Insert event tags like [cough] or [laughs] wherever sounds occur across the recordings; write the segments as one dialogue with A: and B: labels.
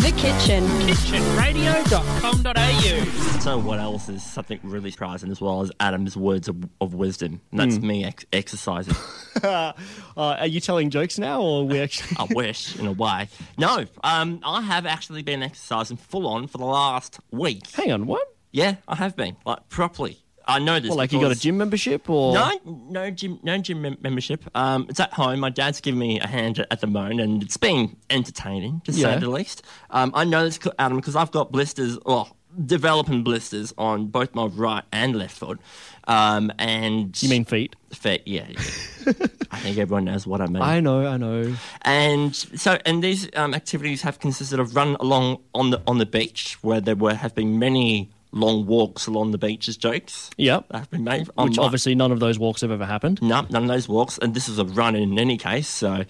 A: The kitchen.
B: kitchenradio.com.au.
C: So what else is something really surprising as well as Adam's words of, of wisdom? And that's
D: Hmm.
C: me ex- exercising.
D: Uh, are you telling jokes now, or
C: [laughs]
D: we actually? [laughs]
C: I wish, in a way. No, um, I have actually been exercising full on for the last week.
D: Hang on, what?
C: Yeah, I have been like properly. I know this.
D: Well, like you got a
C: because-
D: gym membership, or
C: No, no gym, no gym mem- membership. Um, it's at home. My dad's giving me a hand at the moment, and it's been entertaining to
D: Yeah.
C: say the least. Um, I know this, Adam, because I've got blisters, or developing blisters on both my right and left foot. Um, and
D: You mean feet?
C: Fe-
D: [laughs]
C: yeah. yeah. I think everyone knows what I mean.
D: I know, I know.
C: And so, and these um, activities have consisted of run along on the on the beach, where there were have been many long walks along the beach as jokes.
D: Yep.
C: that have been made. on
D: Which
C: my-
D: obviously none of those walks have ever happened.
C: no, none of those walks. And this is a run in any case, so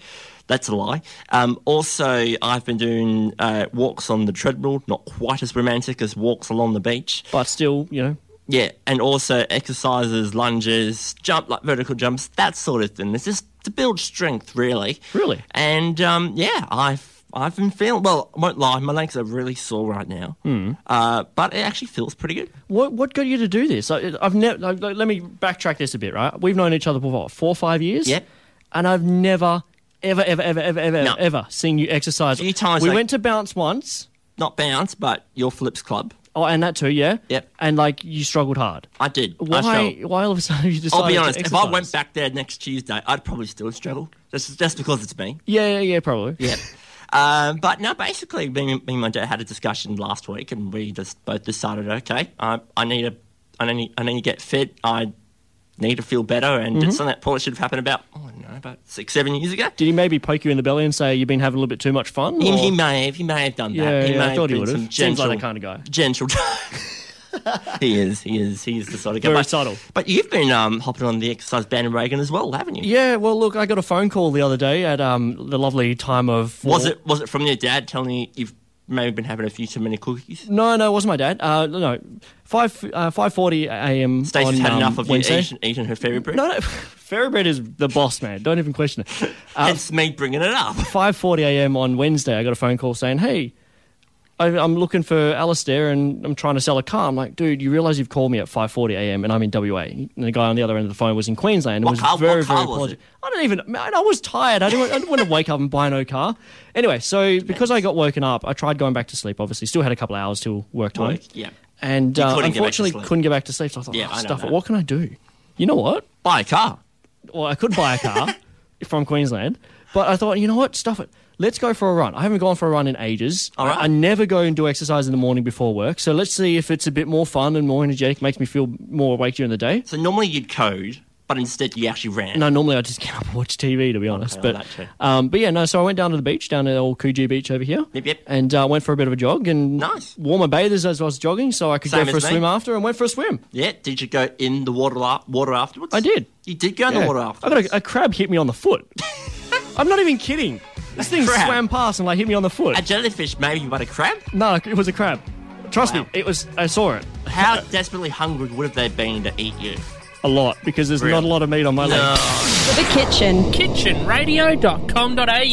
C: that's a lie. Um, also, I've been doing uh, walks on the treadmill, not quite as romantic as walks along the beach.
D: But still, you know,
C: Yeah, and also exercises, lunges, jump like vertical jumps, that sort of thing. It's just to build strength, really.
D: Really?
C: And um, yeah, I've I've been feeling well. I won't lie, my legs are really sore right now.
D: Hmm.
C: Uh, but it actually feels pretty good.
D: what what got you to do this? I, I've never. Let me backtrack this a bit. Right, we've known each other for what, four, or five years.
C: Yep.
D: And I've never, ever, ever, ever, ever, ever,
C: No.
D: ever seen you exercise.
C: Few times,
D: we
C: like-
D: went to bounce once.
C: Not bounce, but your flips club.
D: Oh, and that too, yeah.
C: Yep.
D: And like you struggled hard.
C: I did. I struggled.
D: Why? Why all of a sudden [laughs] you decided?
C: I'll be honest.
D: To
C: If I went
D: exercise?
C: back there next Tuesday, I'd probably still struggle. That's just because it's me.
D: Yeah, yeah, yeah, probably.
C: Yep. [laughs] um, but no, basically, me, me and my dad had a discussion last week, and we just both decided, okay, I, I need a, I need, I need to get fit. I need to feel better, and it's something that probably should have happened about, oh no, about six, seven years ago.
D: Mm-hmm. Did he maybe poke you in the belly and say you've been having a little bit too much fun?
C: He,
D: or-
C: he may have, he may have done that.
D: Yeah,
C: he
D: yeah,
C: may
D: I
C: have
D: thought he
C: been
D: would have.
C: some
D: Seems like that
C: gentle-
D: kind of guy.
C: Gentle. [laughs] he is, he is, he is the sort of guy.
D: Very
C: But-
D: subtle.
C: But you've been um, hopping on the exercise bandwagon as well, haven't you?
D: Yeah, well, look, I got a phone call the other day at um, the lovely time of. four-
C: Was it was it from your dad telling you you've maybe been having a few too many cookies?
D: No, no, it wasn't my dad. Uh, no, five uh, five forty a.m.
C: Stacey's
D: on,
C: had
D: um,
C: enough of
D: Wednesday.
C: you eating, eating her fairy bread.
D: No, [laughs] no, Ferrybread is the boss, man. Don't even question it. Um,
C: Hence me bringing it up.
D: Five forty a.m. on Wednesday, I got a phone call saying, "Hey, I, I'm looking for Alistair and I'm trying to sell a car." I'm like, "Dude, you realize you've called me at five forty a.m. and I'm in WA." And the guy on the other end of the phone was in Queensland and
C: What
D: was
C: car- what
D: very,
C: car
D: very
C: was
D: apologetic.
C: it?
D: I don't even. Man, I was tired. I didn't, want- I didn't want to wake up and buy no car. Anyway, so because I got woken up, I tried going back to sleep. Obviously, still had a couple of hours till work time.
C: Work, yeah.
D: And
C: You
D: uh,
C: couldn't get back to
D: unfortunately,
C: sleep.
D: couldn't get back to sleep. So I thought,
C: Yeah,
D: "Oh,
C: I know
D: stuff it.
C: that.
D: What can I do? You know what?
C: Buy a car.
D: well, I could buy
C: [laughs]
D: a car from Queensland, but I thought, you know what, stuff it. Let's go for a run. I haven't gone for a run in ages.
C: All right.
D: I, I never go and do exercise in the morning before work. So let's see if it's a bit more fun and more energetic, makes me feel more awake during the day.
C: So normally you'd code, but instead you actually ran.
D: No, normally I just get up and watch TV, to be honest.
C: well,
D: but,
C: that too.
D: um, but yeah, no. So I went down to the beach, down at old Coogee Beach over here,
C: Yep, yep.
D: and uh, went for a bit of a jog and
C: Nice.
D: wore my bathers as I was jogging, so I could
C: Same
D: go for a
C: as me.
D: swim after, and went for a swim.
C: Yeah. Did you go in the water la- water afterwards?
D: I did.
C: You did go in
D: Yeah.
C: the water
D: I got
C: afterwards.
D: a, a crab hit me on the foot. I'm not even kidding. This thing
C: crab?
D: swam past and like hit me on the foot.
C: A jellyfish, maybe, but a crab.
D: No, it was a crab. Trust
C: Wow.
D: me, it was. I saw it
C: How desperately hungry would have they been to eat you?
D: a lot because there's not
C: Really?
D: a lot of meat on my leg.
A: The kitchen.
B: kitchenradio.com.au.